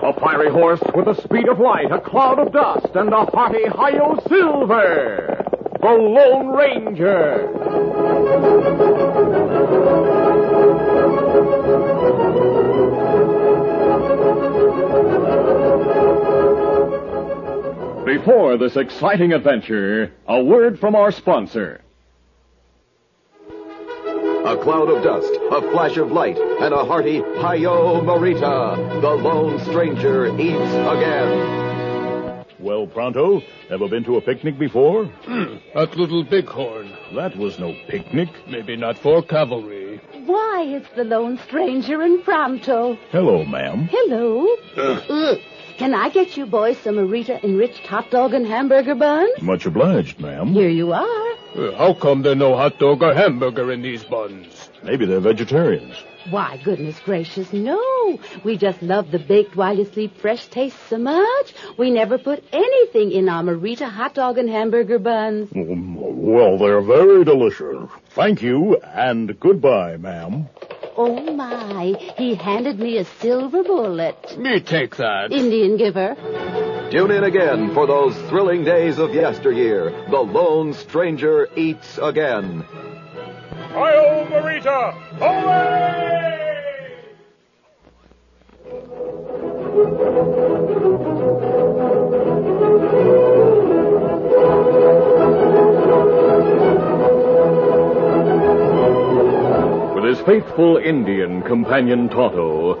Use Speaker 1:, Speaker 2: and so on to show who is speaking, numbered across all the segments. Speaker 1: horse with the speed of light, a cloud of dust, and a hearty Hi-Yo Silver, the Lone Ranger. Before this exciting adventure, a word from our sponsor.
Speaker 2: A cloud of dust, a flash of light, and a hearty Hi-Yo Marita. The Lone Stranger eats again.
Speaker 3: Well, Pronto, ever been to a picnic before?
Speaker 4: That little bighorn.
Speaker 3: That was no picnic.
Speaker 4: Maybe not for cavalry.
Speaker 5: Why, it's the lone stranger in Pronto.
Speaker 3: Hello, ma'am.
Speaker 5: Hello. Mm. Can I get you boys some Arita enriched hot dog and hamburger bun?
Speaker 3: Much obliged, ma'am.
Speaker 5: Here you are.
Speaker 4: Uh, How come there no hot dog or hamburger in these buns?
Speaker 3: Maybe they're vegetarians.
Speaker 5: Why, goodness gracious, no. We just love the baked while you sleep fresh taste so much. We never put anything in our Marita hot dog and hamburger buns.
Speaker 3: Mm, Well, they're very delicious. Thank you, and goodbye, ma'am.
Speaker 5: Oh, my. He handed me a silver bullet.
Speaker 4: Me take that.
Speaker 5: Indian giver.
Speaker 2: Tune in again for those thrilling days of yesteryear. The Lone Stranger eats again.
Speaker 3: Hi-yo, Marita!
Speaker 1: With his faithful Indian companion Tonto,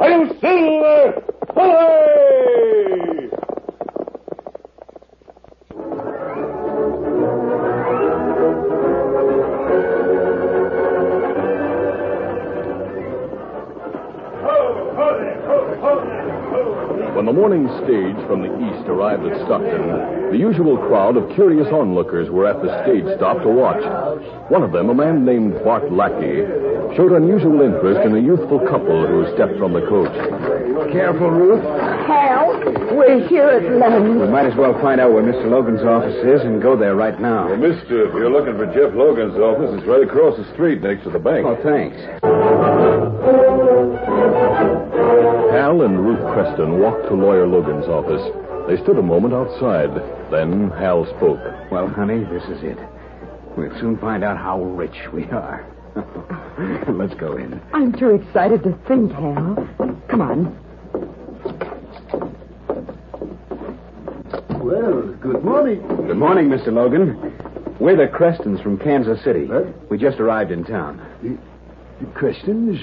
Speaker 3: Hi-yo, Silver! Hooray!
Speaker 1: When the morning stage from the east arrived at Stockton, the usual crowd of curious onlookers were at the stage stop to watch. One of them, a man named Bart Lackey, showed unusual interest in a youthful couple who stepped from the coach.
Speaker 6: Careful, Ruth.
Speaker 7: Hal, we're here at
Speaker 6: We
Speaker 7: Lowe's.
Speaker 6: might as well find out where Mr. Logan's office is and go there right now.
Speaker 3: Mister, if you're looking for Jeff Logan's office, it's right across the street next to the bank.
Speaker 6: Oh, thanks.
Speaker 1: Hal and Ruth Creston walked to Lawyer Logan's office. They stood a moment outside. Then Hal spoke.
Speaker 6: Well, honey, this is it. We'll soon find out how rich we are. Let's go in.
Speaker 7: I'm too excited to think, Hal. Come on.
Speaker 8: Well, good morning.
Speaker 6: Good morning, Mr. Logan. We're the Crestons from Kansas City.
Speaker 8: Huh?
Speaker 6: We just arrived in town.
Speaker 8: Questions?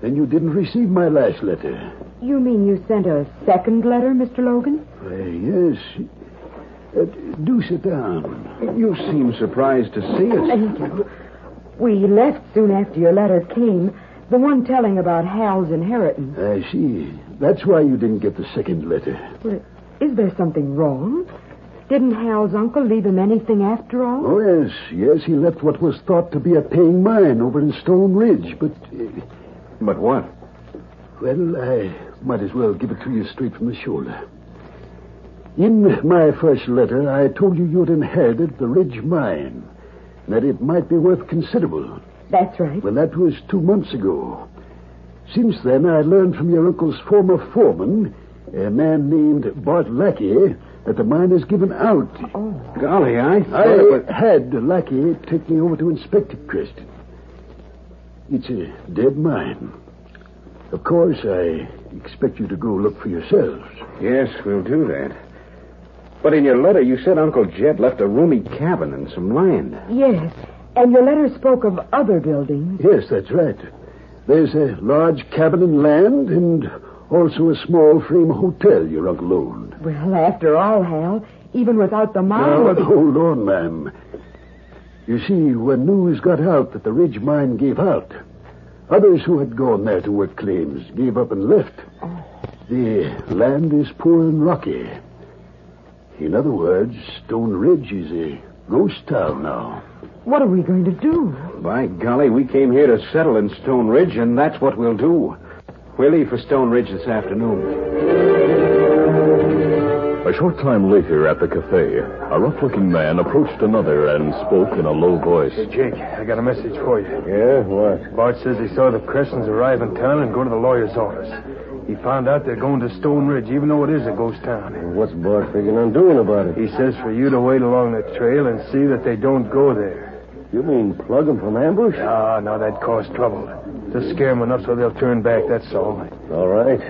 Speaker 8: Then you didn't receive my last letter.
Speaker 7: You mean you sent a second letter, Mr. Logan?
Speaker 8: Uh, yes. Uh, do sit down.
Speaker 6: You seem surprised to see us.
Speaker 7: Thank you. We left soon after your letter came, the one telling about Hal's inheritance.
Speaker 8: I see. That's why you didn't get the second letter.
Speaker 7: Well, Is there something wrong? Didn't Hal's uncle leave him anything after all?
Speaker 8: Oh, yes, yes, he left what was thought to be a paying mine over in Stone Ridge, but, uh,
Speaker 6: But what?
Speaker 8: well, I might as well give it to you straight from the shoulder. In my first letter, I told you you'd inherited the Ridge mine, and that it might be worth considerable.
Speaker 7: That's right.
Speaker 8: Well, that was two months ago. Since then, I learned from your uncle's former foreman, a man named Bart Lackey, that the mine is given out.
Speaker 7: Oh.
Speaker 6: Golly, I
Speaker 8: I
Speaker 6: thought it was...
Speaker 8: had Lackey take me over to inspect it, Kristen. It's a dead mine. Of course, I expect you to go look for yourselves.
Speaker 6: Yes, we'll do that. But in your letter, you said Uncle Jed left a roomy cabin and some land.
Speaker 7: Yes. And your letter spoke of other buildings.
Speaker 8: Yes, that's right. There's a large cabin and land, and also a small frame hotel your uncle owned.
Speaker 7: Well, after all, Hal, even without the
Speaker 8: Now,
Speaker 7: mine.
Speaker 8: hold on, ma'am. You see, when news got out that the Ridge mine gave out, others who had gone there to work claims gave up and left. the land is poor and rocky. In other words, Stone Ridge is a ghost town now.
Speaker 7: What are we going to do?
Speaker 6: By golly, we came here to settle in Stone Ridge, and that's what we'll do. We'll leave for Stone Ridge this afternoon.
Speaker 1: A short time later at the cafe, a rough looking man approached another and spoke in a low voice.
Speaker 9: Jake, I got a message for you.
Speaker 3: Yeah, what?
Speaker 9: Bart says he saw the Cressons arrive in town and go to the lawyer's office. He found out they're going to Stone Ridge, even though it is a ghost town.
Speaker 3: What's Bart figuring on doing about it?
Speaker 9: He says for you to wait along the trail and see that they don't go there.
Speaker 3: You mean plug him from ambush?
Speaker 9: Ah, now that caused trouble. Just scare them enough so they'll turn back, that's all.
Speaker 3: All right.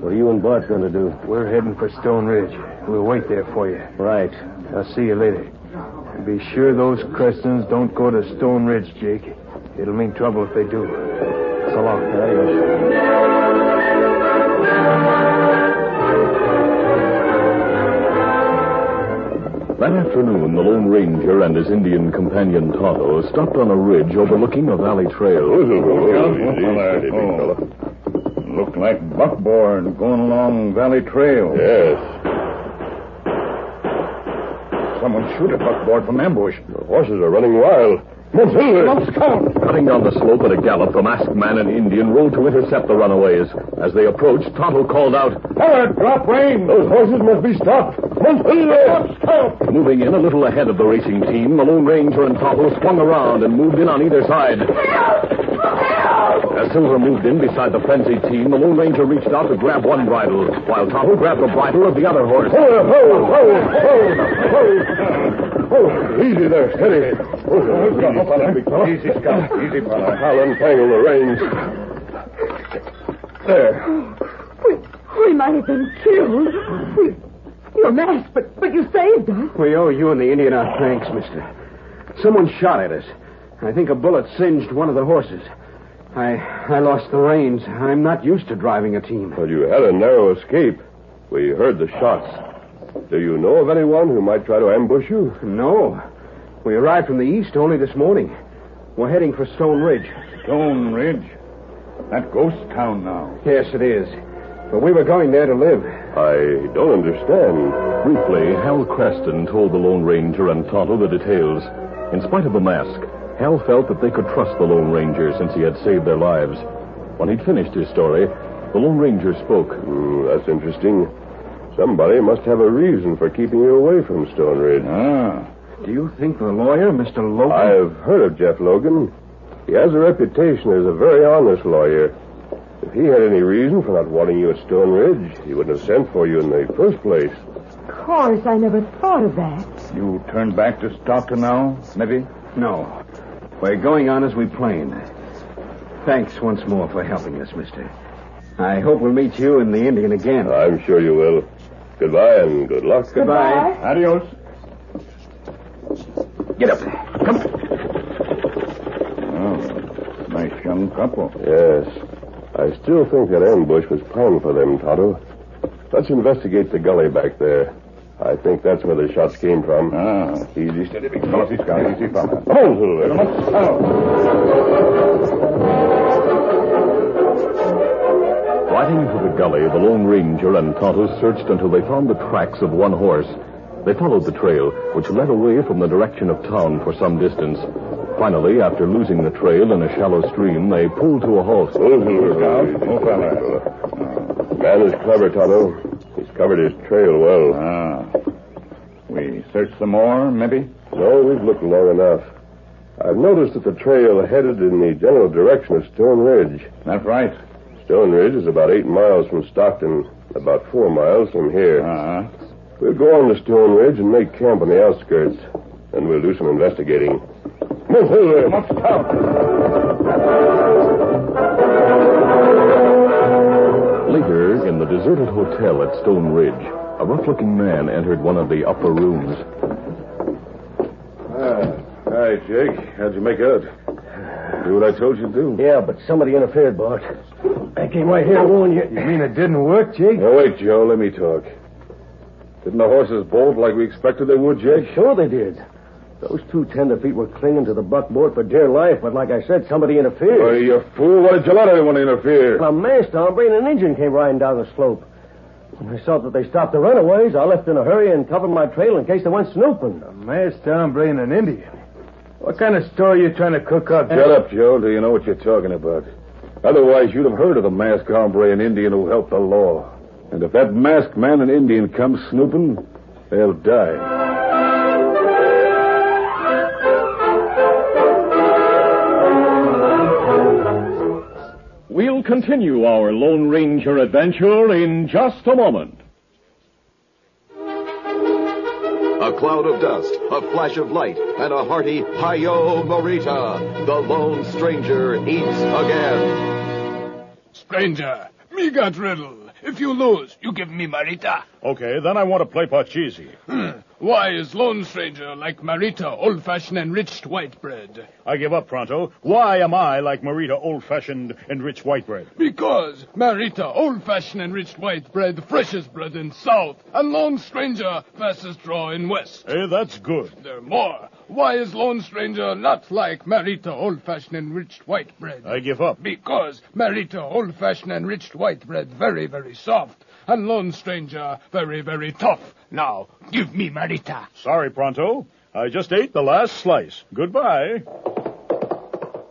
Speaker 3: What are you and Bart going to do?
Speaker 9: We're heading for Stone Ridge. We'll wait there for you.
Speaker 3: Right.
Speaker 9: I'll see you later. And be sure those Crestons don't go to Stone Ridge, Jake. It'll mean trouble if they do. So long.
Speaker 1: That afternoon, the Lone Ranger and his Indian companion Tonto stopped on a ridge overlooking a valley trail.
Speaker 3: Look like buckboard going along Valley Trail. Yes. Someone shoot a buckboard from ambush. The horses are running wild.
Speaker 1: Cutting down the slope at a gallop, the masked man and Indian rode to intercept the runaways. As they approached, Tonto called out,
Speaker 3: Howard, drop rein. Those horses must be stopped.
Speaker 1: Moving in a little ahead of the racing team, the Lone Ranger and Tonto swung around and moved in on either side. As Silver moved in beside the frenzied team, the Lone Ranger reached out to grab one bridle, while Tonto grabbed the bridle of the other horse.
Speaker 3: Oh, Easy there, steady. Easy, Scout. Easy, fella. I'll untangle the reins. There.
Speaker 7: We might have been killed. We, you're masked, but, but you saved us.
Speaker 6: We owe you and the Indian our thanks, mister. Someone shot at us. I think a bullet singed one of the horses. I I lost the reins. I'm not used to driving a team.
Speaker 3: Well, you had a narrow escape. We heard the shots. Do you know of anyone who might try to ambush you?
Speaker 6: No. Oh, We arrived from the east only this morning. We're heading for Stone Ridge.
Speaker 3: Stone Ridge. That ghost town now.
Speaker 6: Yes, it is. But we were going there to live.
Speaker 3: I don't understand.
Speaker 1: Briefly, Hal Creston told the Lone Ranger and Tonto the details. In spite of the mask, Hal felt that they could trust the Lone Ranger since he had saved their lives. When he'd finished his story, the Lone Ranger spoke.
Speaker 3: Hmm, that's interesting. Somebody must have a reason for keeping you away from Stone Ridge.
Speaker 6: Ah. Do you think the lawyer, Mr. Logan?
Speaker 3: I've heard of Jeff Logan. He has a reputation as a very honest lawyer. If he had any reason for not wanting you at Stone Ridge, he wouldn't have sent for you in the first place.
Speaker 7: Of course, I never thought of that.
Speaker 3: You turn back to Stockton now, maybe?
Speaker 6: No. We're going on as we planned. Thanks once more for helping us, mister. I hope we'll meet you and the Indian again.
Speaker 3: I'm sure you will. Goodbye and good luck.
Speaker 6: Goodbye.
Speaker 3: Adios.
Speaker 6: Get up there.
Speaker 3: Oh, Nice young couple. Yes. I still think that ambush was planned for them, Tonto. Let's investigate the gully back there. I think that's where the shots came from. Ah. Easy, steady, big fella. Easy, fella. Easy, fella. Come on, Silver.
Speaker 1: Riding into the gully, the Lone Ranger and Tonto searched until they found the tracks of one horse. They followed the trail, which led away from the direction of town for some distance. Finally, after losing the trail in a shallow stream, they pulled to a halt.
Speaker 3: Man is clever, Tonto. He's covered his trail well. Ah. We search some more, maybe? No, we've looked long enough. I've noticed that the trail headed in the general direction of Stone Ridge.
Speaker 10: That's right.
Speaker 3: Stone Ridge is about eight miles from Stockton, about four miles from here.
Speaker 10: Uh-huh.
Speaker 3: We'll go on to Stone Ridge and make camp on the outskirts. Then we'll do some investigating. Move, Silver.
Speaker 1: Later, in the deserted hotel at Stone Ridge, a rough looking man entered one of the upper rooms.
Speaker 3: Ah, Hi, Jake. How'd you make out? Do what I told you to do.
Speaker 10: Yeah, but somebody interfered, Bart. I came right here to warn you.
Speaker 9: You mean it didn't work, Jake?
Speaker 3: Now, wait, Joe. Let me talk. Didn't the horses bolt like we expected they would, Jake?
Speaker 10: Sure they did. Those two tenderfeet were clinging to the buckboard for dear life, but like I said, somebody interfered.
Speaker 3: Why, you fool. Why did you let anyone interfere?
Speaker 10: I missed, hombre, and an engine came riding down the slope. When I saw that they stopped the runaways, I left in a hurry and covered my trail in case they went snooping.
Speaker 9: A masked hombre and an Indian. What kind of story you trying to cook up?
Speaker 3: Shut up, Joe, till you know what you're talking about. Otherwise, you'd have heard of the masked hombre and Indian who helped the law. And if that masked man and Indian come snooping, they'll die.
Speaker 1: We'll continue our Lone Ranger adventure in just a moment.
Speaker 2: A cloud of dust, a flash of light, and a hearty Hi-Yo Morita. The Lone Stranger eats again.
Speaker 4: Stranger, me got riddle. If you lose, you give me Marita.
Speaker 11: Okay, then I want to play Pachisi.
Speaker 4: Why is Lone Stranger like Marita old-fashioned enriched white bread?
Speaker 11: I give up, Pronto. Why am I like Marita, old-fashioned and rich white bread?
Speaker 4: Because Marita old-fashioned enriched white bread, freshest bread in South, and Lone Stranger fastest draw in West.
Speaker 11: Hey, Eh, that's good.
Speaker 4: There more. Why is Lone Stranger not like Marita old-fashioned enriched white bread?
Speaker 11: I give up.
Speaker 4: Because Marita old-fashioned enriched white bread very, very soft, and Lone Stranger very, very tough. Now, give me Marita.
Speaker 11: Sorry, Pronto. I just ate the last slice. Goodbye.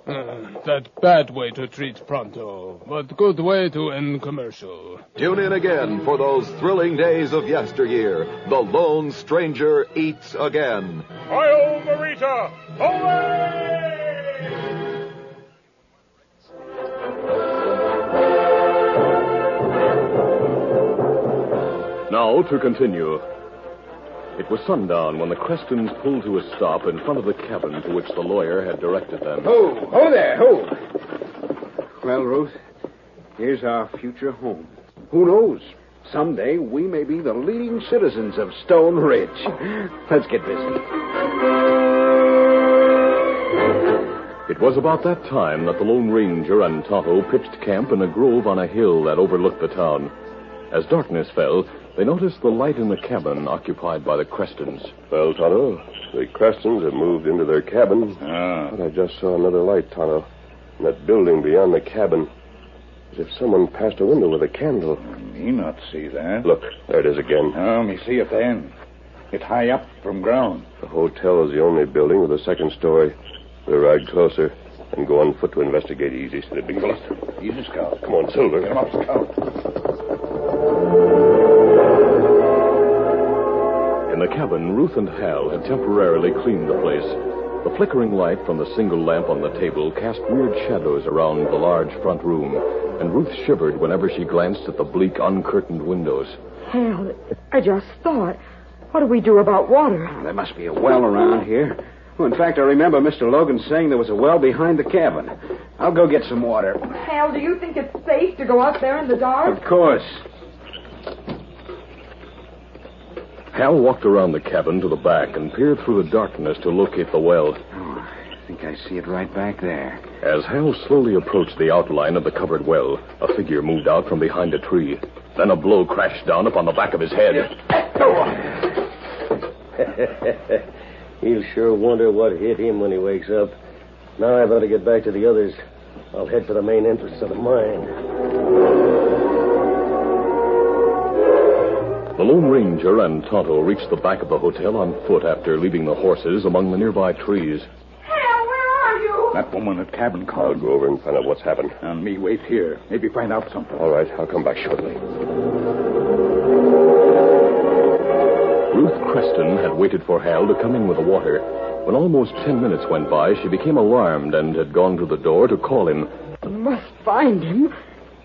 Speaker 4: Uh, that bad way to treat Pronto, but good way to end commercial.
Speaker 2: Tune in again for those thrilling days of yesteryear. The Lone Stranger eats again.
Speaker 11: Hi-yo, Marita!
Speaker 1: Now to continue. It was sundown when the Crestons pulled to a stop in front of the cabin to which the lawyer had directed them.
Speaker 6: Ho, ho there, ho. Well, Ruth, here's our future home. Who knows? Someday we may be the leading citizens of Stone Ridge. Let's get busy.
Speaker 1: It was about that time that the Lone Ranger and Tonto pitched camp in a grove on a hill that overlooked the town. As darkness fell, they noticed the light in the cabin occupied by the Crestons.
Speaker 3: Well, Tonto, the Crestons have moved into their cabin.
Speaker 11: Ah.
Speaker 3: But I just saw another light, Tonto, in that building beyond the cabin. As if someone passed a window with a candle.
Speaker 12: Me not see that.
Speaker 3: Look, there it is again.
Speaker 12: Oh, me see it then. It high up from ground.
Speaker 3: The hotel is the only building with a second story. We'll ride closer and go on foot to investigate easy, so it'd be cluster.
Speaker 12: Easy, Scout.
Speaker 3: Come on, Silver.
Speaker 12: Get him up, Scout.
Speaker 1: In the cabin, Ruth and Hal had temporarily cleaned the place. The flickering light from the single lamp on the table cast weird shadows around the large front room, and Ruth shivered whenever she glanced at the bleak, uncurtained windows.
Speaker 7: Hal, I just thought, what do we do about water?
Speaker 6: There must be a well around here. Oh, in fact, I remember Mr. Logan saying there was a well behind the cabin. I'll go get some water.
Speaker 7: Hal, do you think it's safe to go out there in the dark?
Speaker 6: Of course.
Speaker 1: Hal walked around the cabin to the back and peered through the darkness to locate the well.
Speaker 6: Oh, I think I see it right back there.
Speaker 1: As Hal slowly approached the outline of the covered well, a figure moved out from behind a tree. Then a blow crashed down upon the back of his head.
Speaker 10: He'll sure wonder what hit him when he wakes up. Now I better get back to the others. I'll head for the main entrance to the mine.
Speaker 1: The Lone Ranger and Tonto reached the back of the hotel on foot after leaving the horses among the nearby trees.
Speaker 7: Hal, where are you?
Speaker 12: That woman at cabin
Speaker 3: I'll
Speaker 12: called.
Speaker 3: go over and find out what's happened.
Speaker 12: And me wait here. Maybe find out something.
Speaker 3: All right, I'll come back shortly.
Speaker 1: Ruth Creston had waited for Hal to come in with the water. When almost ten minutes went by, she became alarmed and had gone to the door to call him.
Speaker 7: We must find him.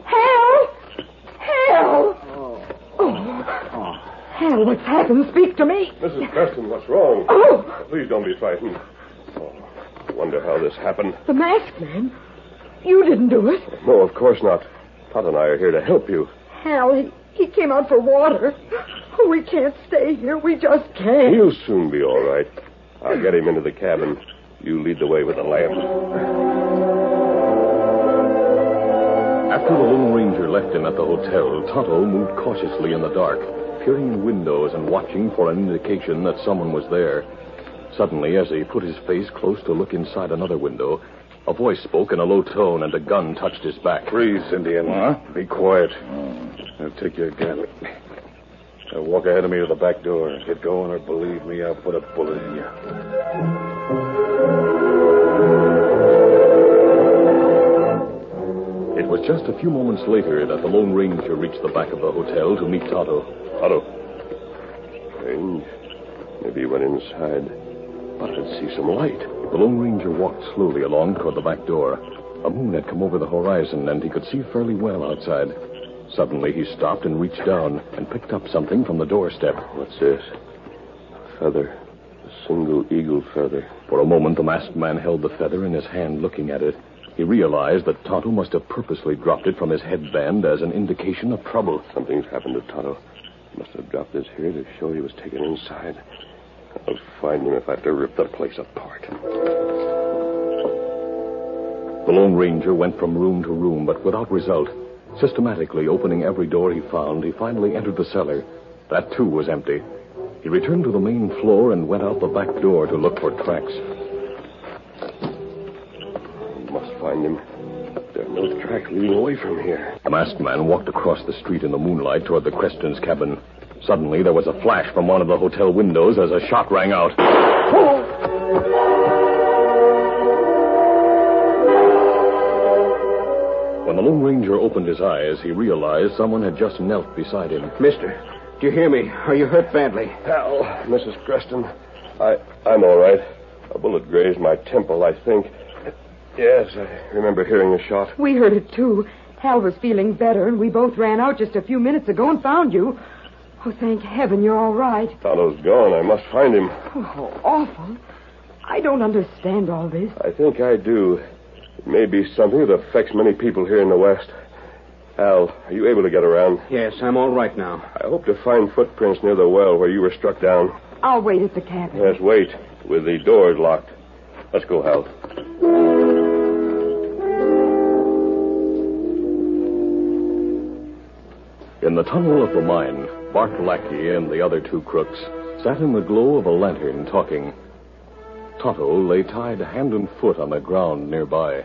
Speaker 7: Hal! Hal! Oh. Hal, what's happened? Speak to me.
Speaker 3: Mrs. Preston, what's wrong?
Speaker 7: Oh.
Speaker 3: Please don't be frightened. Oh, I wonder how this happened.
Speaker 7: The masked man. You didn't do it.
Speaker 3: No, of course not. Todd and I are here to help you.
Speaker 7: Hal, he, he came out for water. Oh, we can't stay here. We just can't.
Speaker 3: He'll soon be all right. I'll get him into the cabin. You lead the way with the lamp.
Speaker 1: After the Lone Ranger left him at the hotel, Tonto moved cautiously in the dark, peering in windows and watching for an indication that someone was there. Suddenly, as he put his face close to look inside another window, a voice spoke in a low tone and a gun touched his back. Oh.
Speaker 12: Freeze, Indian.
Speaker 1: Huh?
Speaker 12: Be quiet. Now take your gun. Now Uh, walk ahead of me to the back door. Get going, or believe me, I'll put a bullet in you.
Speaker 1: It was just a few moments later that the Lone Ranger reached the back of the hotel to meet Tonto. Tonto.
Speaker 3: Strange. Maybe he went inside. But I'd see some light.
Speaker 1: The Lone Ranger walked slowly along toward the back door. A moon had come over the horizon, and he could see fairly well outside. Suddenly, he stopped and reached down and picked up something from the doorstep. What's this?
Speaker 3: Feather. A single eagle feather.
Speaker 1: For a moment, the masked man held the feather in his hand, looking at it. He realized that Tonto must have purposely dropped it from his headband as an indication of trouble.
Speaker 3: Something's happened to Tonto. He must have dropped this here to show he was taken inside. I'll find him if I have to rip the place apart.
Speaker 1: The Lone Ranger went from room to room, but without result. Systematically opening every door he found, he finally entered the cellar. That, too, was empty. He returned to the main floor and went out the back door to look for tracks.
Speaker 3: Must find him. There are no tracks leading away from here.
Speaker 1: The masked man walked across the street in the moonlight toward the Creston's cabin. Suddenly, there was a flash from one of the hotel windows as a shot rang out. When the Lone Ranger opened his eyes, he realized someone had just knelt beside him.
Speaker 6: Mister, do you hear me? Are you hurt badly?
Speaker 3: Hell, Mrs. Creston. I, I'm all right. A bullet grazed my temple, I think. Yes, I remember hearing a shot.
Speaker 7: We heard it too. Hal was feeling better, and we both ran out just a few minutes ago and found you. Oh, thank heaven you're all right.
Speaker 3: Tonto's gone. I must find him.
Speaker 7: Oh, how awful. I don't understand all this.
Speaker 3: I think I do. It may be something that affects many people here in the West. Al, are you able to get around?
Speaker 6: Yes, I'm all right now.
Speaker 3: I hope to find footprints near the well where you were struck down.
Speaker 7: I'll wait at the cabin.
Speaker 3: Yes, wait. With the doors locked. Let's go, Hal.
Speaker 1: In the tunnel of the mine, Bart Lackey and the other two crooks sat in the glow of a lantern talking. Toto lay tied hand and foot on the ground nearby.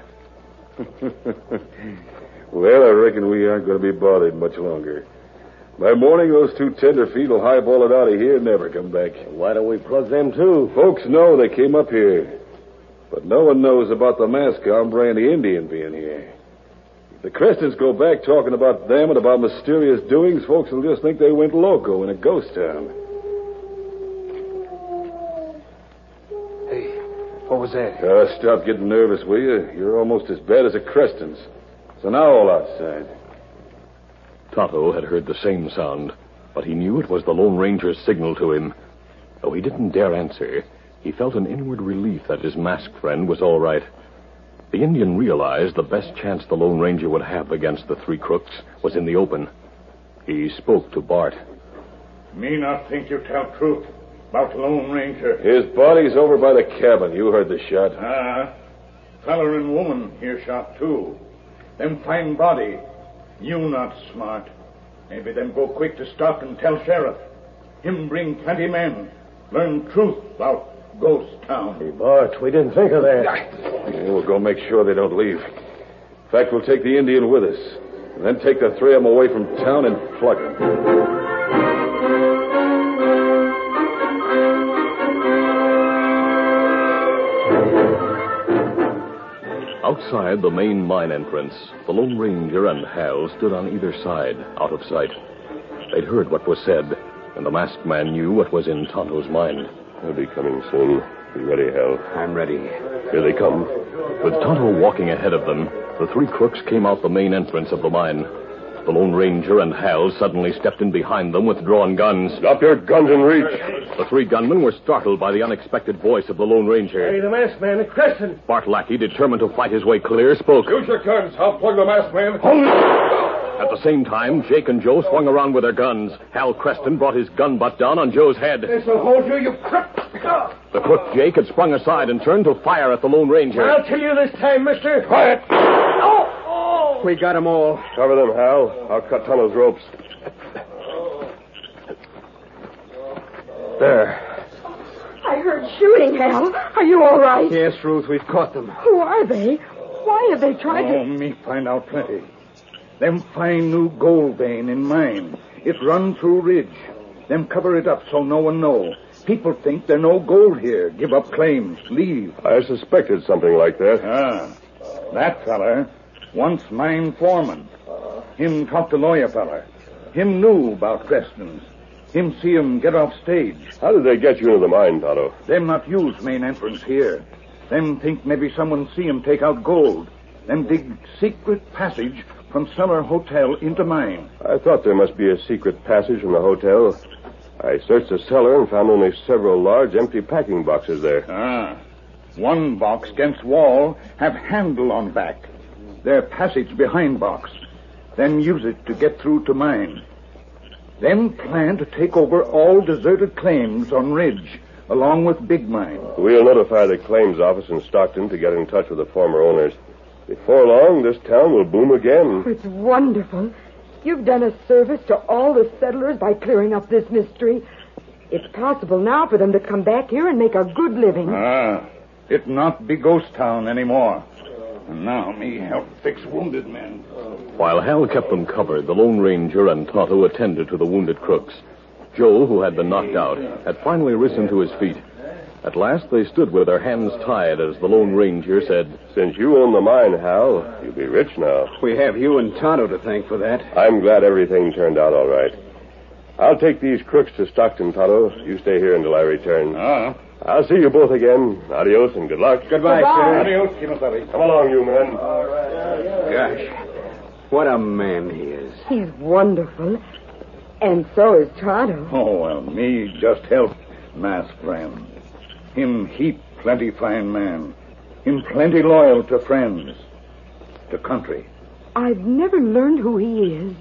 Speaker 12: Well, I reckon we aren't going to be bothered much longer. By morning, those two tenderfeet will highball it out of here and never come back. Why don't we plug them, too? Folks know they came up here. But no one knows about the mask hombre and the Indian being here. If the Crestons go back talking about them and about mysterious doings, folks will just think they went loco in a ghost town.
Speaker 4: What was that?
Speaker 12: Uh, stop getting nervous, will you? You're almost as bad as the Crestons. So now uh, all outside.
Speaker 1: Tonto had heard the same sound, but he knew it was the Lone Ranger's signal to him. Though he didn't dare answer, he felt an inward relief that his masked friend was all right. The Indian realized the best chance the Lone Ranger would have against the three crooks was in the open. He spoke to Bart.
Speaker 13: Me not think you tell truth about Lone Ranger.
Speaker 12: His body's over by the cabin. You heard the shot.
Speaker 13: Ah, feller and woman here shot too. Them find body. You not smart. Maybe them go quick to stop and tell sheriff. Him bring plenty men. Learn truth about ghost town. Hey,
Speaker 12: Bart, we didn't think of that. we'll go make sure they don't leave. In fact, we'll take the Indian with us, and then take the three of them away from town and plug them.
Speaker 1: Outside the main mine entrance, the Lone Ranger and Hal stood on either side, out of sight. They'd heard what was said, and the masked man knew what was in Tonto's mind.
Speaker 3: They'll be coming soon. Be ready, Hal.
Speaker 6: I'm ready.
Speaker 1: Here they come. With Tonto walking ahead of them, the three crooks came out the main entrance of the mine. The Lone Ranger and Hal suddenly stepped in behind them with drawn guns.
Speaker 3: Drop your guns and reach.
Speaker 1: The three gunmen were startled by the unexpected voice of the Lone Ranger.
Speaker 14: the masked man, the Crescent.
Speaker 1: Bart Lackey, determined to fight his way clear, spoke.
Speaker 14: Use your guns. I'll plug the masked man.
Speaker 1: At the same time, Jake and Joe swung around with their guns. Hal Creston brought his gun butt down on Joe's head.
Speaker 14: This will hold you, you crook.
Speaker 1: The crook Jake had sprung aside and turned to fire at the Lone Ranger.
Speaker 14: I'll tell you this time, mister.
Speaker 3: Quiet.
Speaker 6: We got 'em all.
Speaker 3: Cover them, Hal. I'll cut Tonto's ropes. There.
Speaker 7: I heard shooting, Hal. Are you all right?
Speaker 13: Yes, Ruth, we've caught them.
Speaker 7: Who are they? Why have they tried
Speaker 13: Oh,
Speaker 7: to...
Speaker 13: me find out plenty. Them find new gold vein in mine. It run through ridge. Them cover it up so no one know. People think there no gold here. Give up claims. Leave.
Speaker 3: I suspected something like that.
Speaker 13: Ah. That feller, once mine foreman. Him talk to lawyer feller. Him knew about Creston's. Him see him get off stage.
Speaker 3: How did they get you into the mine, Tonto?
Speaker 13: Them not use main entrance here. Them think maybe someone see 'em take out gold. Them dig secret passage from cellar hotel into mine.
Speaker 3: I thought there must be a secret passage from the hotel. I searched the cellar and found only several large empty packing boxes there.
Speaker 13: Ah. One box against wall have handle on back. Their passage behind box. Them use it to get through to mine. Them plan to take over all deserted claims on Ridge, along with big mine.
Speaker 3: We'll notify the claims office in Stockton to get in touch with the former owners. Before long, this town will boom again.
Speaker 7: It's wonderful. You've done a service to all the settlers by clearing up this mystery. It's possible now for them to come back here and make a good living.
Speaker 13: Ah, it not be ghost town anymore. And now me help fix wounded men.
Speaker 1: While Hal kept them covered, the Lone Ranger and Tonto attended to the wounded crooks. Joe, who had been knocked out, had finally risen to his feet. At last, they stood with their hands tied as the Lone Ranger said,
Speaker 3: Since you own the mine, Hal, you'll be rich now.
Speaker 6: We have you and Tonto to thank for that.
Speaker 3: I'm glad everything turned out all right. I'll take these crooks to Stockton, Tonto. You stay here until I return.
Speaker 13: Ah.
Speaker 3: I'll see you both again. Adios and good luck.
Speaker 6: Goodbye, sir.
Speaker 3: Come along, you men.
Speaker 6: Gosh, what a man he is.
Speaker 7: He's wonderful. And so is Tonto.
Speaker 13: Oh, well, me just help Mask friend. Him heap plenty fine man. Him plenty loyal to friends. To country.
Speaker 7: I've never learned who he is.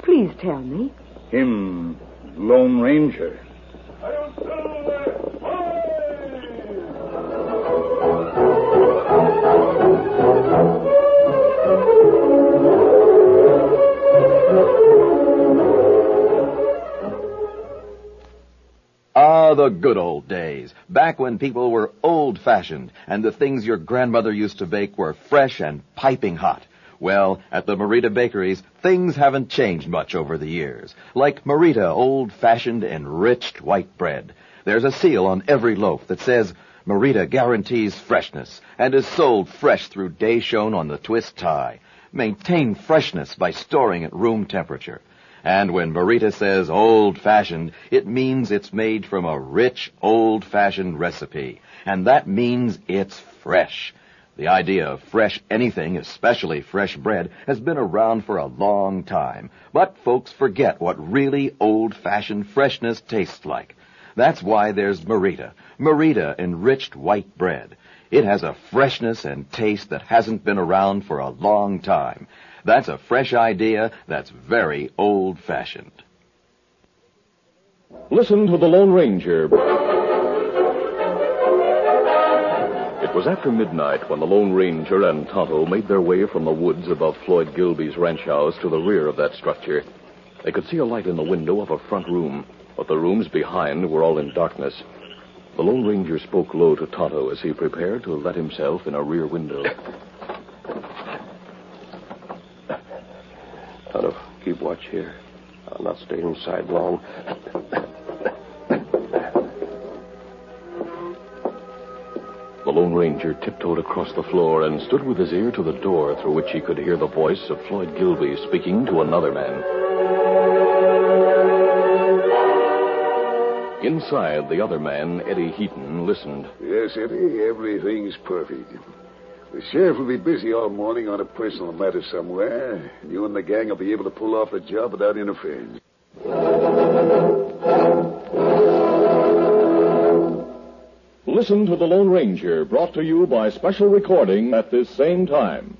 Speaker 7: Please tell me.
Speaker 13: Him Lone Ranger.
Speaker 15: Ah, the good old days. Back when people were old fashioned and the things your grandmother used to bake were fresh and piping hot. Well, at the Marita Bakeries, things haven't changed much over the years. Like Marita old fashioned enriched white bread. There's a seal on every loaf that says, Marita guarantees freshness and is sold fresh through day shown on the twist tie. Maintain freshness by storing at room temperature. And when Marita says old fashioned, it means it's made from a rich old fashioned recipe. And that means it's fresh. The idea of fresh anything, especially fresh bread, has been around for a long time. But folks forget what really old fashioned freshness tastes like. That's why there's Marita. Marita enriched white bread. It has a freshness and taste that hasn't been around for a long time. That's a fresh idea that's very old fashioned.
Speaker 1: Listen to the Lone Ranger. It was after midnight when the Lone Ranger and Tonto made their way from the woods above Floyd Gilby's ranch house to the rear of that structure. They could see a light in the window of a front room, but the rooms behind were all in darkness. The Lone Ranger spoke low to Tonto as he prepared to let himself in a rear window.
Speaker 3: Tonto, keep watch here. I'll not stay inside long.
Speaker 1: The Lone Ranger tiptoed across the floor and stood with his ear to the door through which he could hear the voice of Floyd Gilby speaking to another man. Inside, the other man, Eddie Heaton, listened.
Speaker 16: Yes, Eddie, everything's perfect. The sheriff will be busy all morning on a personal matter somewhere. You and the gang will be able to pull off the job without interference.
Speaker 1: Listen to The Lone Ranger, brought to you by special recording at this same time.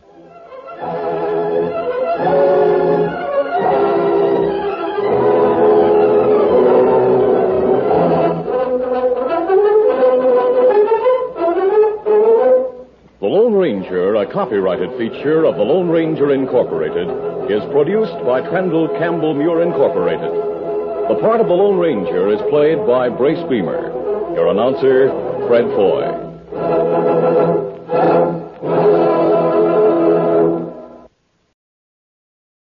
Speaker 1: The Lone Ranger, a copyrighted feature of the Lone Ranger Incorporated, is produced by Trendle Campbell Muir Incorporated. The part of the Lone Ranger is played by Brace Beamer. Your announcer, Fred Foy.